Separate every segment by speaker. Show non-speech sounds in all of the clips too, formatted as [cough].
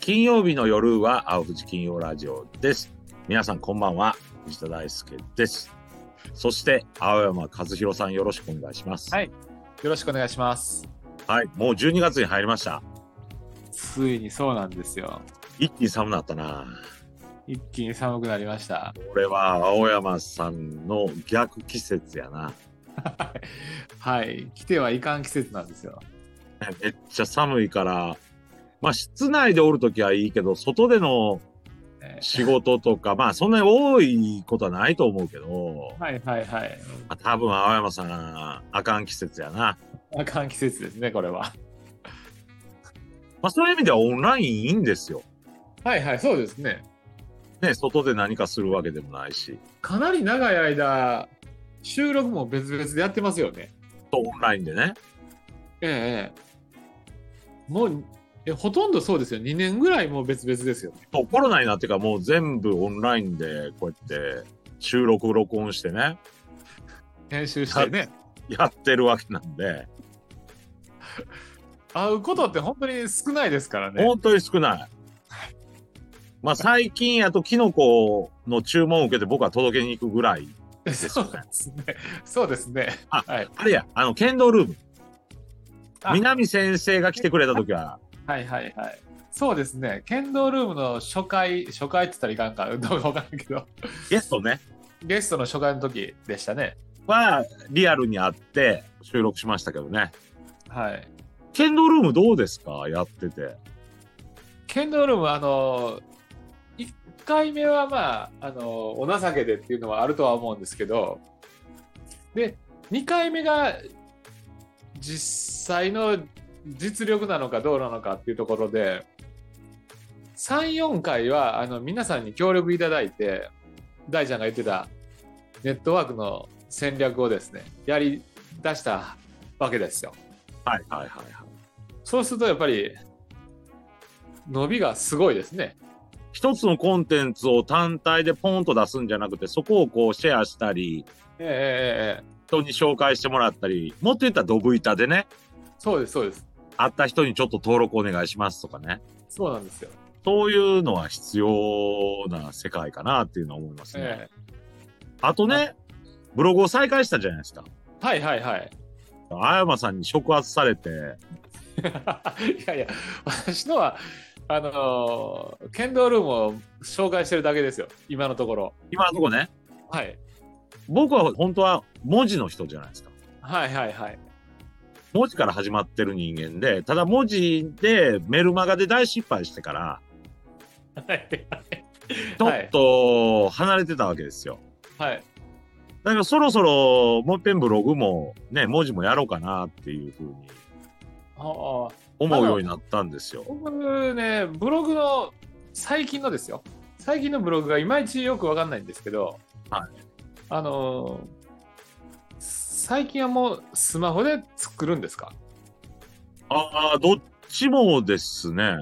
Speaker 1: 金曜日の夜は青藤金曜ラジオです。皆さんこんばんは、藤田大輔です。そして青山和弘さんよろしくお願いします。
Speaker 2: はいよろしくお願いします。
Speaker 1: はい、もう12月に入りました。
Speaker 2: ついにそうなんですよ。
Speaker 1: 一気に寒くなったな。
Speaker 2: 一気に寒くなりました。
Speaker 1: これは青山さんの逆季節やな。
Speaker 2: はい。来てはいかん季節なんですよ。
Speaker 1: めっちゃ寒いから、まあ室内でおるときはいいけど、外での
Speaker 2: ね
Speaker 1: 仕事とか、まあそんなに多いことはないと思うけど、
Speaker 2: はいはいはい。
Speaker 1: まあ多分青山さん、あかん季節やな。
Speaker 2: あかん季節ですね、これは。
Speaker 1: まあそういう意味ではオンラインいいんですよ。
Speaker 2: はいはい、そうですね。
Speaker 1: ね、外で何かするわけでもないし、
Speaker 2: かなり長い間、収録も別々でやってますよね。
Speaker 1: とオンラインでね。
Speaker 2: ええ。もう、えほとんどそうですよ。2年ぐらいもう別々ですよね。
Speaker 1: もうコロナになってからもう全部オンラインでこうやって収録録音してね、
Speaker 2: 編集してね。
Speaker 1: やってるわけなんで、
Speaker 2: 会うことって本当に少ないですからね。
Speaker 1: 本当に少ない。まあ最近やとキノコの注文を受けて僕は届けに行くぐらい。
Speaker 2: [laughs] そうですね。そうですね。
Speaker 1: あ
Speaker 2: はい、
Speaker 1: あれや、あの、剣道ルーム。
Speaker 2: あ
Speaker 1: 南先生が来てくれた時は、
Speaker 2: はいはいはい。そうですね。剣道ルームの初回、初回って言ったらいか [laughs] んか、どうかわからんけど、
Speaker 1: ゲストね、
Speaker 2: ゲストの初回の時でしたね。
Speaker 1: はリアルに会って収録しましたけどね。
Speaker 2: はい。
Speaker 1: 剣道ルームどうですかやってて。
Speaker 2: 剣道ルームは、あの、1回目はまあ、あの、お情けでっていうのはあるとは思うんですけど、で、2回目が実際の実力なのかどうなのかっていうところで、3、4回は、あの、皆さんに協力いただいて、大ちゃんが言ってたネットワークの戦略をですね、やり出したわけですよ。
Speaker 1: はいはいはいはい。
Speaker 2: そうするとやっぱり、伸びがすごいですね。
Speaker 1: 一つのコンテンツを単体でポンと出すんじゃなくて、そこをこうシェアしたり、
Speaker 2: えええええ
Speaker 1: 人に紹介してもらったり、もっと言ったらドブ板でね、
Speaker 2: えそうです、そうです。
Speaker 1: 会った人にちょっと登録お願いしますとかね。
Speaker 2: そうなんですよ。
Speaker 1: そういうのは必要な世界かなっていうのは思いますね。
Speaker 2: え
Speaker 1: あとね、ブログを再開したじゃないですか。
Speaker 2: えはいはいはい。 [laughs]
Speaker 1: 青山さんに触発されて、
Speaker 2: いやいや、私のは、あのー剣道ルームを紹介してるだけですよ、今のところ。
Speaker 1: 今のとこね、
Speaker 2: はい。
Speaker 1: 僕は本当は文字の人じゃないですか。
Speaker 2: はいはいはい。
Speaker 1: 文字から始まってる人間で、ただ文字でメルマガで大失敗してから、
Speaker 2: はい
Speaker 1: ちょっと離れてたわけですよ。
Speaker 2: はい。
Speaker 1: だからそろそろもう一遍ブログもね、文字もやろうかなっていうふうに
Speaker 2: ああ、
Speaker 1: 思うようになったんですよ。
Speaker 2: 僕ね、ブログの、最近のですよ。最近のブログがいまいちよくわかんないんですけど、
Speaker 1: は
Speaker 2: あのー最近はもうスマホで作るんですか
Speaker 1: ああ、どっちもですね。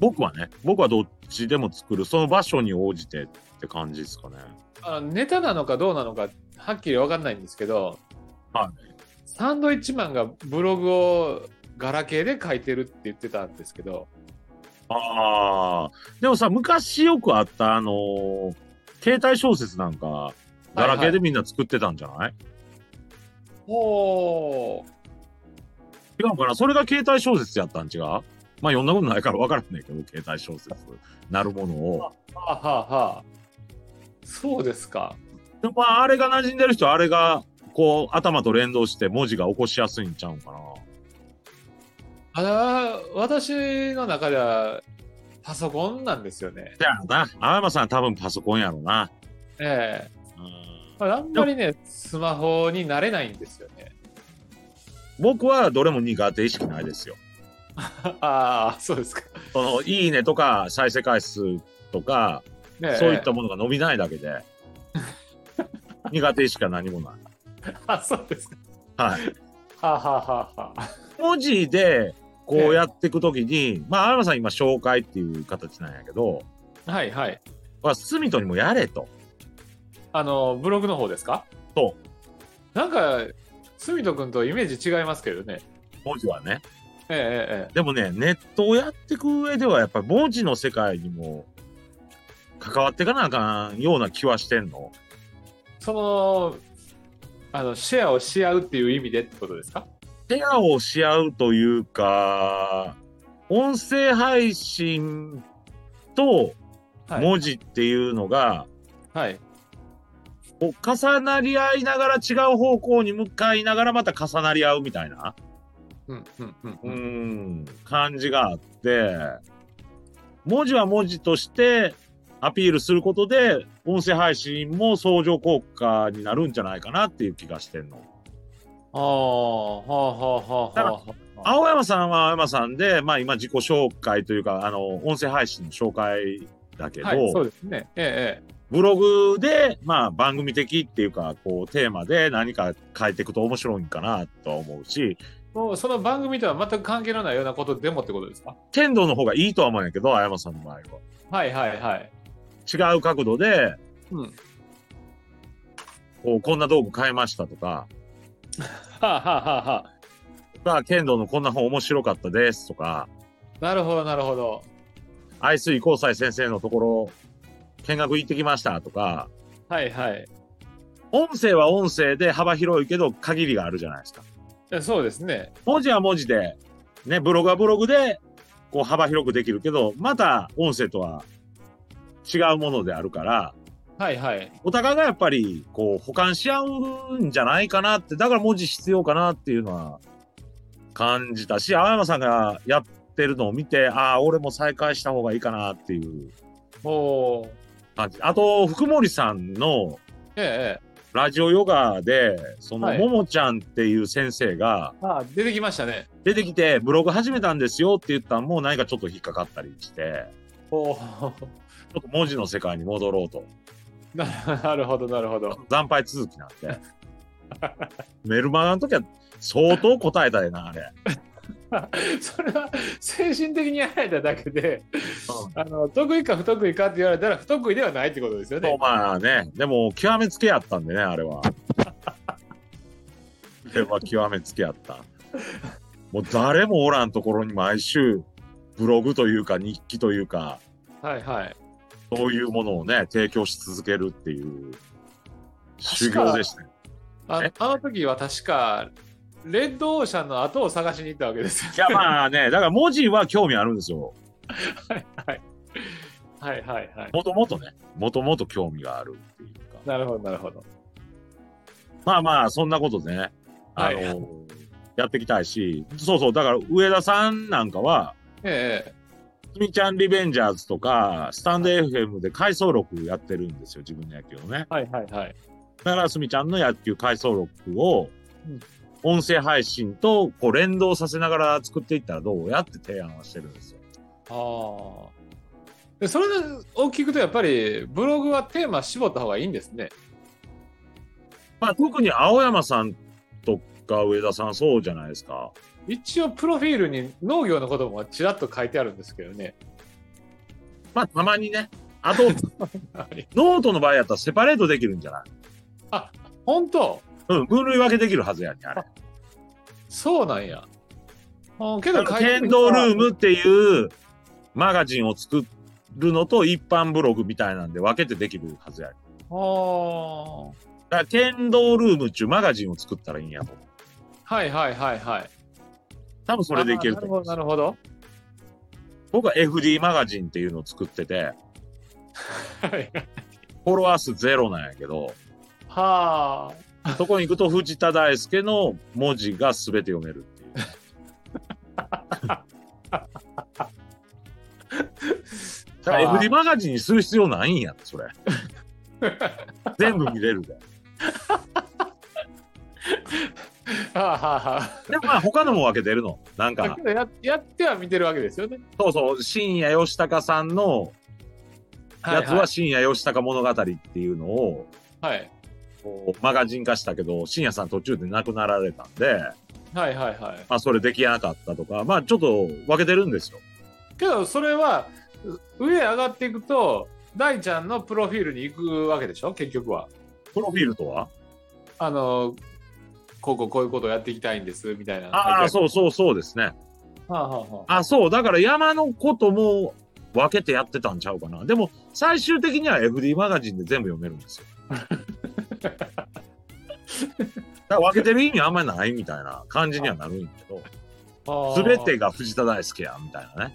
Speaker 1: 僕はね、僕はどっちでも作る、その場所に応じてって感じですかね。
Speaker 2: あネタなのかどうなのかはっきり分かんないんですけど
Speaker 1: は
Speaker 2: サンドイッチマンがブログをガラケーで書いてるって言ってたんですけど
Speaker 1: ああ、でもさ、昔よくあった、あのー携帯小説なんか、ガラケーでみんな作ってたんじゃない、
Speaker 2: おー
Speaker 1: 違うかなそれが携帯小説やったん違うまあ読んだことないから分からないけど、携帯小説なるものを。
Speaker 2: はあはあはあそうですか
Speaker 1: でもまあ、あれが馴染んでる人は、あれが、こう、頭と連動して文字が起こしやすいんちゃうんかな。
Speaker 2: あら私の中ではパソコンなんですよね
Speaker 1: じゃあな、青山さんは多分パソコンやろうな。
Speaker 2: ええ
Speaker 1: うん
Speaker 2: まああんまりねスマホになれないんですよね
Speaker 1: 僕はどれも苦手意識ないですよ。
Speaker 2: [laughs] ああそうですか、
Speaker 1: その、いいねとか、再生回数とか、
Speaker 2: ねえ
Speaker 1: そういったものが伸びないだけ
Speaker 2: [laughs]
Speaker 1: で、苦手意識は何もない。
Speaker 2: あそうですか
Speaker 1: はい。
Speaker 2: はあはあはあはあ
Speaker 1: 文字で、こうやっていくときに、まあ、青山さん今、紹介っていう形なんやけど、
Speaker 2: はいはい
Speaker 1: まあ、スミトにもやれと。
Speaker 2: あの、ブログの方ですか。
Speaker 1: そう
Speaker 2: なんか、住人君とイメージ違いますけどね。
Speaker 1: 文字はね。
Speaker 2: えええ
Speaker 1: でもね、ネットをやっていく上では、やっぱり文字の世界にも関わっていかなあかんような気はしてんの。
Speaker 2: ええそのあのシェアをし合うっていう意味でってことですか
Speaker 1: 手アをし合うというか、音声配信と
Speaker 2: もう
Speaker 1: 文字っていうのが、
Speaker 2: はい
Speaker 1: こう重なり合いながら違う方向に向かいながらまた重なり合うみたいな、
Speaker 2: うんうんうん
Speaker 1: う
Speaker 2: うん
Speaker 1: ん、感じがあって、文字は文字としてアピールすることで、音声配信も相乗効果になるんじゃないかなっていう気がしてんの。
Speaker 2: ああはあはあはあはあはあ
Speaker 1: 青山さんは青山さんで、まあ今自己紹介というか、あの、音声配信の紹介だけど、
Speaker 2: はいそうですねええ
Speaker 1: ブログで、まあ番組的っていうか、こうテーマで何か変えていくと面白いんかなとは思うし、
Speaker 2: ええもうその番組とは全く関係のないようなことでもってことですか
Speaker 1: 剣道の方がいいとは思うんやけど、青山さんの場合
Speaker 2: はいはいはい
Speaker 1: は。違う角度で、
Speaker 2: うんは
Speaker 1: こう、こんな道具変えましたとか、
Speaker 2: あはあはあはあ
Speaker 1: さあ、剣道のこんな本面白かったですとか、
Speaker 2: なるほどなるほど
Speaker 1: 愛水光斎先生のところ、見学行ってきましたとか、
Speaker 2: はいはい
Speaker 1: 音声は音声で幅広いけど限りがあるじゃないですか。
Speaker 2: えそうですね
Speaker 1: 文字は文字で、ね、ブログはブログで、こう幅広くできるけど、また音声とは違うものであるから、
Speaker 2: はいはい
Speaker 1: お互いがやっぱり、こう、補完し合うんじゃないかなって、だから文字必要かなっていうのは感じたし、青山さんがやってるのを見て、ああ、俺も再開した方がいいかなっていう
Speaker 2: おおー
Speaker 1: 感じ。あと、福森さんの
Speaker 2: えええ
Speaker 1: ラジオヨガで、その、
Speaker 2: はい
Speaker 1: ももちゃんっていう先生が
Speaker 2: えああ出てきましたね
Speaker 1: 出てきて、ブログ始めたんですよって言ったのも何かちょっと引っかかったりして、
Speaker 2: おお
Speaker 1: ちょっと文字の世界に戻ろうと。
Speaker 2: な [laughs] なるほどなるほど
Speaker 1: 惨敗続きなん
Speaker 2: [laughs]
Speaker 1: で。メルマガの時は相当答えたよな、あれ。
Speaker 2: それは精神的にやられただけであの得意か不得意かって言われたら不得意ではないってことですよ
Speaker 1: そう
Speaker 2: ね。
Speaker 1: まあね、でも極めつけやったんでね、あれ
Speaker 2: [laughs]
Speaker 1: は。あれは極めつけやった。もう誰もおらんところに毎週ブログというか日記というか、
Speaker 2: はいはい。
Speaker 1: そういうものをね、提供し続けるっていう修
Speaker 2: 確
Speaker 1: 行
Speaker 2: か
Speaker 1: でしたね。
Speaker 2: あ
Speaker 1: え
Speaker 2: あの時は確かレッドオーシャンの後を探しに行ったわけですよ。
Speaker 1: いやまあね、だから文字は興味あるんですよ。
Speaker 2: [laughs] はいはいはい。
Speaker 1: もともとね、もともと興味があるっていうか。
Speaker 2: なるほどなるほど。
Speaker 1: まあまあ、そんなことでね、あの、
Speaker 2: はい
Speaker 1: やっていきたいし、そうそう、だから上田さんなんかは、
Speaker 2: ええ
Speaker 1: すみちゃんリベンジャーズとか、スタンド FM で回想録やってるんですよ、自分の野球をね。
Speaker 2: はいはいはい。
Speaker 1: だからすみちゃんの野球回想録を
Speaker 2: うん、
Speaker 1: 音声配信とこう連動させながら作っていったらどうやって提案はしてるんですよ。
Speaker 2: ああ。でそれを聞くとやっぱりブログはテーマ絞った方がいいんですね。
Speaker 1: まあ特に青山さんとか上田さんそうじゃないですか。
Speaker 2: 一応プロフィールに農業のこともちらっと書いてあるんですけどね。
Speaker 1: まあたまにね。あ
Speaker 2: [laughs]
Speaker 1: と、ノートの場合やったらセパレートできるんじゃない
Speaker 2: 本当
Speaker 1: うん、分類分けできるはずやねん、あれ。
Speaker 2: そうなんや。あけ
Speaker 1: だ
Speaker 2: ど
Speaker 1: から
Speaker 2: 書いて
Speaker 1: 剣道ルームっていうマガジンを作るのと一般ブログみたいなんで分けてできるはずやねん。
Speaker 2: あ
Speaker 1: だから剣道ルームっちゅうマガジンを作ったらいいんやと思う。
Speaker 2: あはいはいはいはい。
Speaker 1: 多分それでいけると思う
Speaker 2: あーなるほど、
Speaker 1: 僕は FD マガジンっていうのを作ってて、
Speaker 2: なるほど。
Speaker 1: フォロワー数ゼロなんやけど、
Speaker 2: はあ。
Speaker 1: そこに行くと藤田大輔の文字が全て読めるっていう。だから FD マガジンにする必要ないんやって、それ。全部見れるで。
Speaker 2: はあはあは
Speaker 1: でもまあ他のも分けてるの。なん
Speaker 2: あ。だ [laughs]
Speaker 1: か
Speaker 2: け、どややっては見てるわけですよね。
Speaker 1: そうそう、深夜吉高さんのやつは深夜吉高物語っていうのを、
Speaker 2: はいはい
Speaker 1: こうマガジン化したけど、深夜さん途中で亡くなられたんで、
Speaker 2: はいはいはい。
Speaker 1: まあそれできなかったとか、まあちょっと分けてるんですよ。
Speaker 2: けどそれはう上上がっていくと大ちゃんのプロフィールに行くわけでしょ結局は。
Speaker 1: プロフィールとは
Speaker 2: あのこうこうこういうことをやっていきたいんですみたいな。
Speaker 1: ああ、そうそうそうですね。
Speaker 2: う。はあ、はあはあ、
Speaker 1: あ、そう、だから山のことも分けてやってたんちゃうかな。でも、最終的には FD マガジンで全部読めるんです
Speaker 2: [laughs]
Speaker 1: よ。だから分けてる意味あんまりないみたいな感じにはなるんやけど、
Speaker 2: あ
Speaker 1: す
Speaker 2: ー
Speaker 1: べてが藤田大輔や、みたいなね。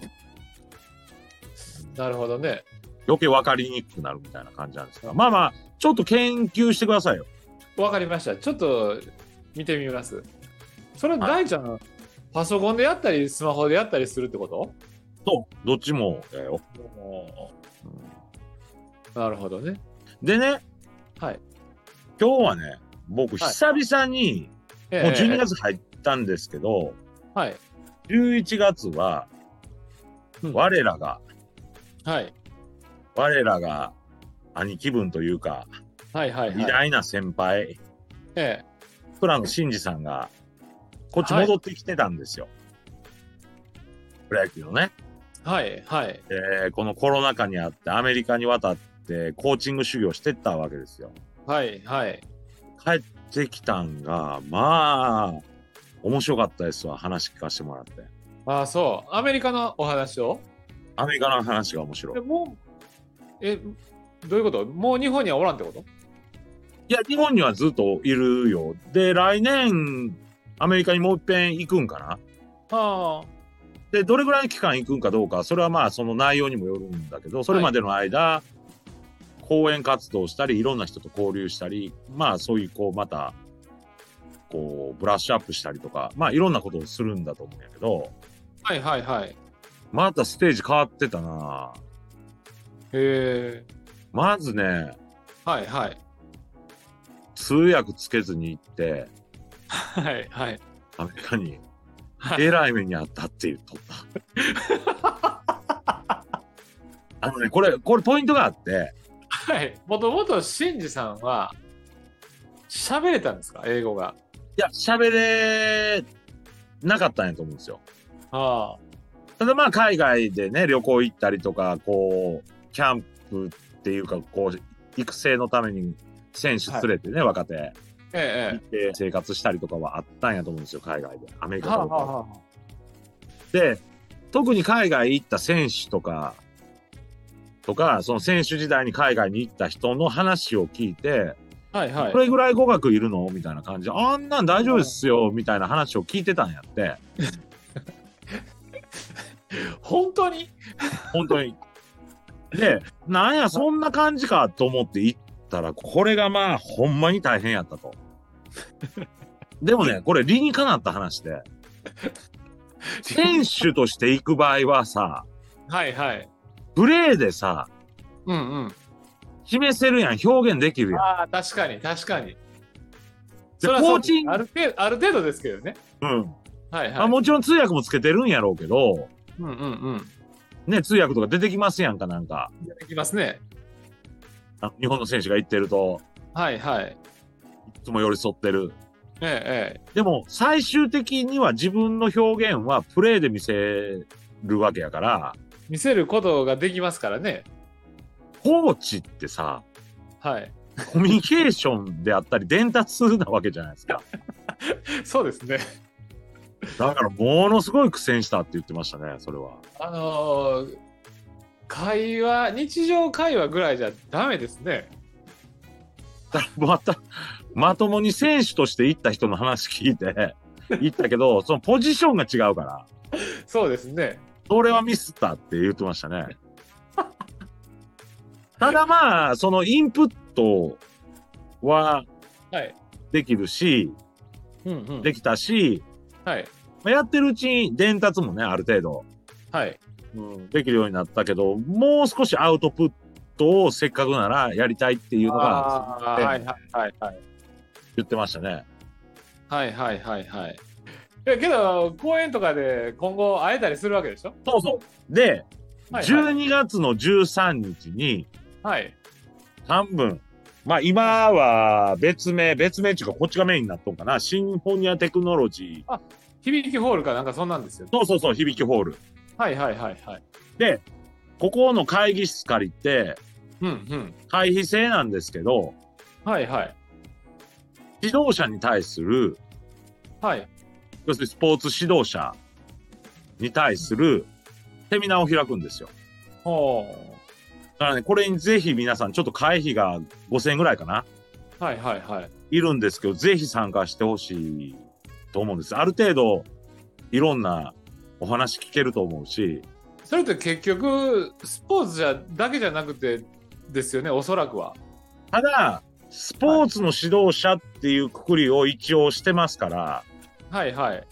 Speaker 2: なるほどね
Speaker 1: 余計分かりにくくなるみたいな感じなんですが、まあまあ、ちょっと研究してくださいよ。
Speaker 2: わかりましたちょっと見てみますそれ大ちゃん、パソコンでやったりスマホでやったりするってこと
Speaker 1: と、どっちもやよ。
Speaker 2: なるほどね
Speaker 1: でね、
Speaker 2: はい
Speaker 1: 今日はね、僕、
Speaker 2: はい
Speaker 1: 久々に、
Speaker 2: ええ
Speaker 1: もう12月入ったんですけど、
Speaker 2: はい
Speaker 1: 11月は、
Speaker 2: うん
Speaker 1: 我らが、
Speaker 2: はい
Speaker 1: 我らが兄貴分というか、
Speaker 2: はいはいはい
Speaker 1: 偉大な先輩、
Speaker 2: ええ
Speaker 1: 倉野真二さんが、こっち戻ってきてたんですよ。プロ野球のね、
Speaker 2: はいはい
Speaker 1: えーこのコロナ禍にあって、アメリカに渡って、コーチング修行してったわけですよ。
Speaker 2: はいはい
Speaker 1: 帰ってきたんが、まあ、面白かったですわ、話聞かせてもらって。
Speaker 2: ああそうアメリカのお話を
Speaker 1: アメリカの話が面白
Speaker 2: え
Speaker 1: い。
Speaker 2: もうえどういうこともう日本にはおらんってこと
Speaker 1: いや、日本にはずっといるよ。で、来年、アメリカにもう一遍行くんかな。
Speaker 2: あ
Speaker 1: で、どれぐらいの期間行くんかどうか、それはまあ、その内容にもよるんだけど、それまでの間、講演活動したり、いろんな人と交流したり、まあ、そういう、こう、また、こう、ブラッシュアップしたりとか、まあ、いろんなことをするんだと思うんやけど、
Speaker 2: あはいはいはいへ
Speaker 1: またステージ変わってたな
Speaker 2: え
Speaker 1: まずね、
Speaker 2: はいはい
Speaker 1: 通訳つけずに行って、
Speaker 2: はいはい
Speaker 1: アメリカに
Speaker 2: はい
Speaker 1: えらい目にあったって言っとった。あのね、これ、これポイントがあって、
Speaker 2: はいもともとシンジさんは喋れたんですか英語が
Speaker 1: いや、喋れなかったんやと思うんですよ。
Speaker 2: あ
Speaker 1: ただまあ、海外でね、旅行行ったりとか、こう、キャンプっていうか、こう、育成のために選手連れてね、若手行っ
Speaker 2: え
Speaker 1: て生活したりとかはあったんやと思うんですよ、海外で。アメ
Speaker 2: え
Speaker 1: リカ
Speaker 2: はあ
Speaker 1: と
Speaker 2: はあ
Speaker 1: か。
Speaker 2: は
Speaker 1: で、特に海外行った選手とか、とか、その選手時代に海外に行った人の話を聞いて、
Speaker 2: あはいはい
Speaker 1: これぐらい語学いるのみたいな感じで、あんなん大丈夫っすよ、みたいな話を聞いてたんやって、
Speaker 2: 本当に
Speaker 1: 本当に。で、なんや、そんな感じかと思って行ったら、これがまあ、ほんまに大変やったと。でもね、これ理にかなった話で、選手として行く場合はさ、
Speaker 2: はいはい
Speaker 1: プレーでさ、
Speaker 2: うんうん
Speaker 1: 示せるやん、表現できるやん。
Speaker 2: ああ確かに確かに
Speaker 1: で
Speaker 2: それは
Speaker 1: コ
Speaker 2: そ
Speaker 1: ー
Speaker 2: う
Speaker 1: チング、
Speaker 2: ある程度ある程度ですけどね
Speaker 1: うん
Speaker 2: はいはい
Speaker 1: あ、もちろん通訳もつけてるんやろうけど、
Speaker 2: うんうんうん
Speaker 1: ね、通訳とか出てきますやんか、なんか。
Speaker 2: いきますね
Speaker 1: あの日本の選手が言ってると、
Speaker 2: はいはい
Speaker 1: いつも寄り添ってる。
Speaker 2: ええ
Speaker 1: でも、最終的には自分の表現はプレーで見せるわけやから、
Speaker 2: ええ見せることができますからね
Speaker 1: コーチってさ、
Speaker 2: はい
Speaker 1: コミュニケーションであったり、伝達なわけじゃないですか。
Speaker 2: そうですね
Speaker 1: だから、ものすごい苦戦したって言ってましたね、それは。
Speaker 2: あのー会話日常会話ぐらいじゃダメですね
Speaker 1: だからまた、まともに選手として行った人の話聞いて、行ったけど、そのポジションが違うから、
Speaker 2: そうですね
Speaker 1: それはミスったって言ってましたね。ただまあ、そのインプットは
Speaker 2: はい
Speaker 1: できるし、
Speaker 2: うんうん
Speaker 1: できたし、
Speaker 2: はい
Speaker 1: まあやってるうちに伝達もね、ある程度、
Speaker 2: はい
Speaker 1: うん、できるようになったけど、もう少しアウトプットをせっかくならやりたいっていうのが
Speaker 2: あーはいはいはいはい
Speaker 1: 言ってましたね。
Speaker 2: はいはいはいはいいやけど公演とかで今後会えたりするわけでしょ
Speaker 1: そうそう。で、
Speaker 2: はいはい
Speaker 1: 12月の13日に、
Speaker 2: はい
Speaker 1: 半分。まあ今は別名、別名っていうかこっちがメインになっとんかな。シンフォニアテクノロジー。
Speaker 2: 響きホールかなんかそんなんですよ
Speaker 1: そうそうそう、響きホール。
Speaker 2: はいはいはいはい
Speaker 1: で、ここの会議室借りて、
Speaker 2: うんうん
Speaker 1: 会費制なんですけど、
Speaker 2: はいはい
Speaker 1: 指導者に対する、
Speaker 2: はい
Speaker 1: 要するにスポーツ指導者に対するセミナーを開くんですよ。
Speaker 2: ほ
Speaker 1: だからね、これにぜひ皆さん、ちょっと会費が5000円ぐらいかな、
Speaker 2: う。はいはいはい。
Speaker 1: いるんですけど、ぜひ参加してほしいと思うんです。ある程度、いろんなお話聞けると思うし、
Speaker 2: それって結局、スポーツじゃだけじゃなくてですよね、おそらくは。
Speaker 1: ただ、スポーツの指導者っていうくくりを一応してますから、
Speaker 2: はいはい。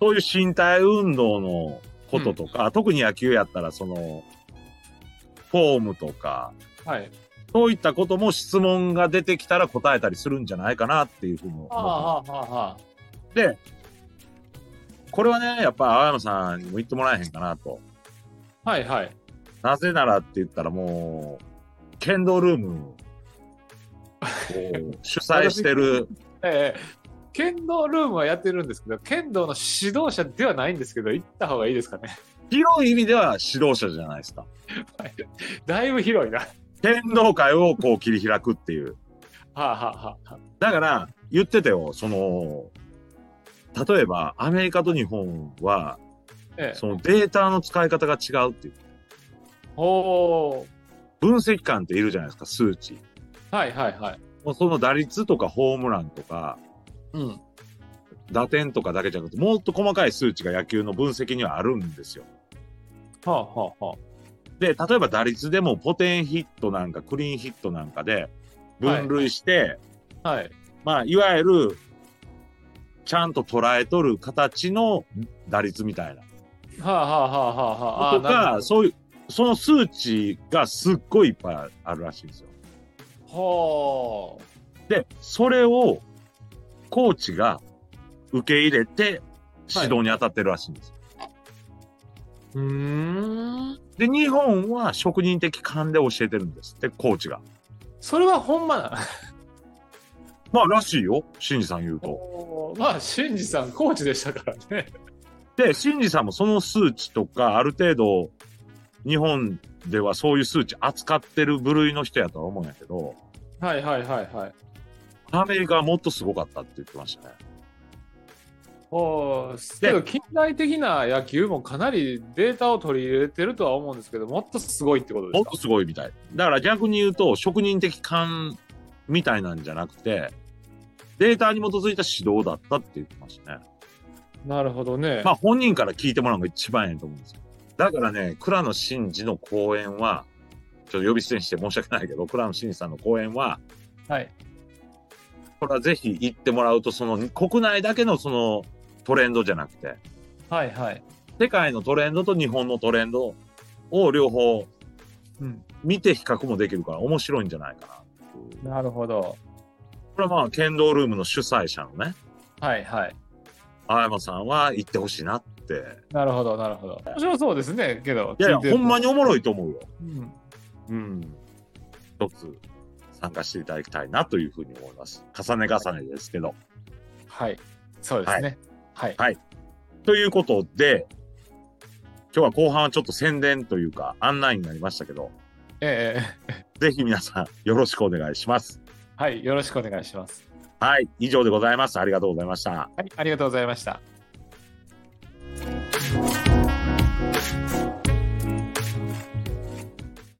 Speaker 1: そういう身体運動のこととか、特に野球やったら、その、フォームとか、
Speaker 2: はい。
Speaker 1: そういったことも質問が出てきたら答えたりするんじゃないかなっていうふうに思って
Speaker 2: は
Speaker 1: ます
Speaker 2: あはあはあはあ。
Speaker 1: で、これはね、やっぱ青山さんにも言ってもらえへんかなと。
Speaker 2: はいはい。
Speaker 1: なぜならって言ったらもう、剣道ルームを主催してる、
Speaker 2: ええ剣道ルームはやってるんですけど、剣道の指導者ではないんですけど、行った方がいいですかね。 [laughs]
Speaker 1: 広い意味では指導者じゃないですか。
Speaker 2: だいぶ広いな。は
Speaker 1: 剣道界をこう切り開くっていう。
Speaker 2: あ、はあはあ、
Speaker 1: だから、言ってたよ、その、例えばアメリカと日本は、
Speaker 2: ええ
Speaker 1: そのデータの使い方が違うっていう。
Speaker 2: おー
Speaker 1: 分析官っているじゃないですか、数値。
Speaker 2: はいはいはい。
Speaker 1: もうその打率とかホームランとか、
Speaker 2: うん。
Speaker 1: 打点とかだけじゃなくて、もっと細かい数値が野球の分析にはあるんですよ。
Speaker 2: はあはあは
Speaker 1: で、例えば打率でもポテンヒットなんかクリーンヒットなんかで分類して、
Speaker 2: あ。はい。
Speaker 1: まあ、いわゆる、ちゃんと捉えとる形の打率みたいな。
Speaker 2: はあはあはあはあはあ。あ
Speaker 1: と
Speaker 2: ーなるほ
Speaker 1: か、
Speaker 2: ど
Speaker 1: そういう、その数値がすっごいいっぱいあるらしいんですよ。
Speaker 2: ほう。
Speaker 1: で、それをコーチが受け入れて指導に当たってるらしいんですよ
Speaker 2: うーん。
Speaker 1: で、日本は職人的勘で教えてるんですって、コーチが。
Speaker 2: それはほんまな。
Speaker 1: まあ、らしいよ、シンジさん言う
Speaker 2: [laughs]
Speaker 1: と。
Speaker 2: おーまあ、シンジさん、コーチでしたからね。
Speaker 1: で、シンジさんもその数値とか、ある程度、日本ではそういう数値扱ってる部類の人やとは思うんやけど、
Speaker 2: はいはいはいはい。
Speaker 1: アメリカはもっとすごかったって言ってましたね。
Speaker 2: おーけど、近代的な野球もかなりデータを取り入れてるとは思うんですけど、もっとすごいってことで
Speaker 1: もっ
Speaker 2: すか
Speaker 1: とすごいみたい。だから逆に言うと、職人的勘みたいなんじゃなくて、データに基づいた指導だったって言ってましたね。
Speaker 2: なるほどね。
Speaker 1: まあ本人から聞いてもらうのが一番ええと思うんですよ。だからね、倉野真二の講演は、ちょっと呼び捨てにして申し訳ないけど、倉野真二さんの講演は、
Speaker 2: はい。
Speaker 1: これはぜひ行ってもらうと、その国内だけのそのトレンドじゃなくて、
Speaker 2: はいはい。
Speaker 1: 世界のトレンドと日本のトレンドを両方
Speaker 2: うん。
Speaker 1: 見て比較もできるから面白いんじゃないかなっていう。
Speaker 2: なるほど。
Speaker 1: これはまあ、剣道ルームの主催者のね、
Speaker 2: はいはい。
Speaker 1: 青山さんは行ってほしいなって。
Speaker 2: なるほど、なるほど。面白そうですね、けど。
Speaker 1: いやいや、
Speaker 2: 聞てる
Speaker 1: ほんまにおもろいと思うよ。
Speaker 2: うん
Speaker 1: うん、一つ参加していただきたいなというふうに思います。重ね重ねですけど。
Speaker 2: はい。そうですね。はい。
Speaker 1: ということで、今日は後半はちょっと宣伝というか案内になりましたけど、
Speaker 2: ええ
Speaker 1: ぜひ皆さんよろしくお願いします。
Speaker 2: はい。よろしくお願いします。
Speaker 1: はい、以上でございます。ありがとうございました。
Speaker 2: はい。ありがとうございました。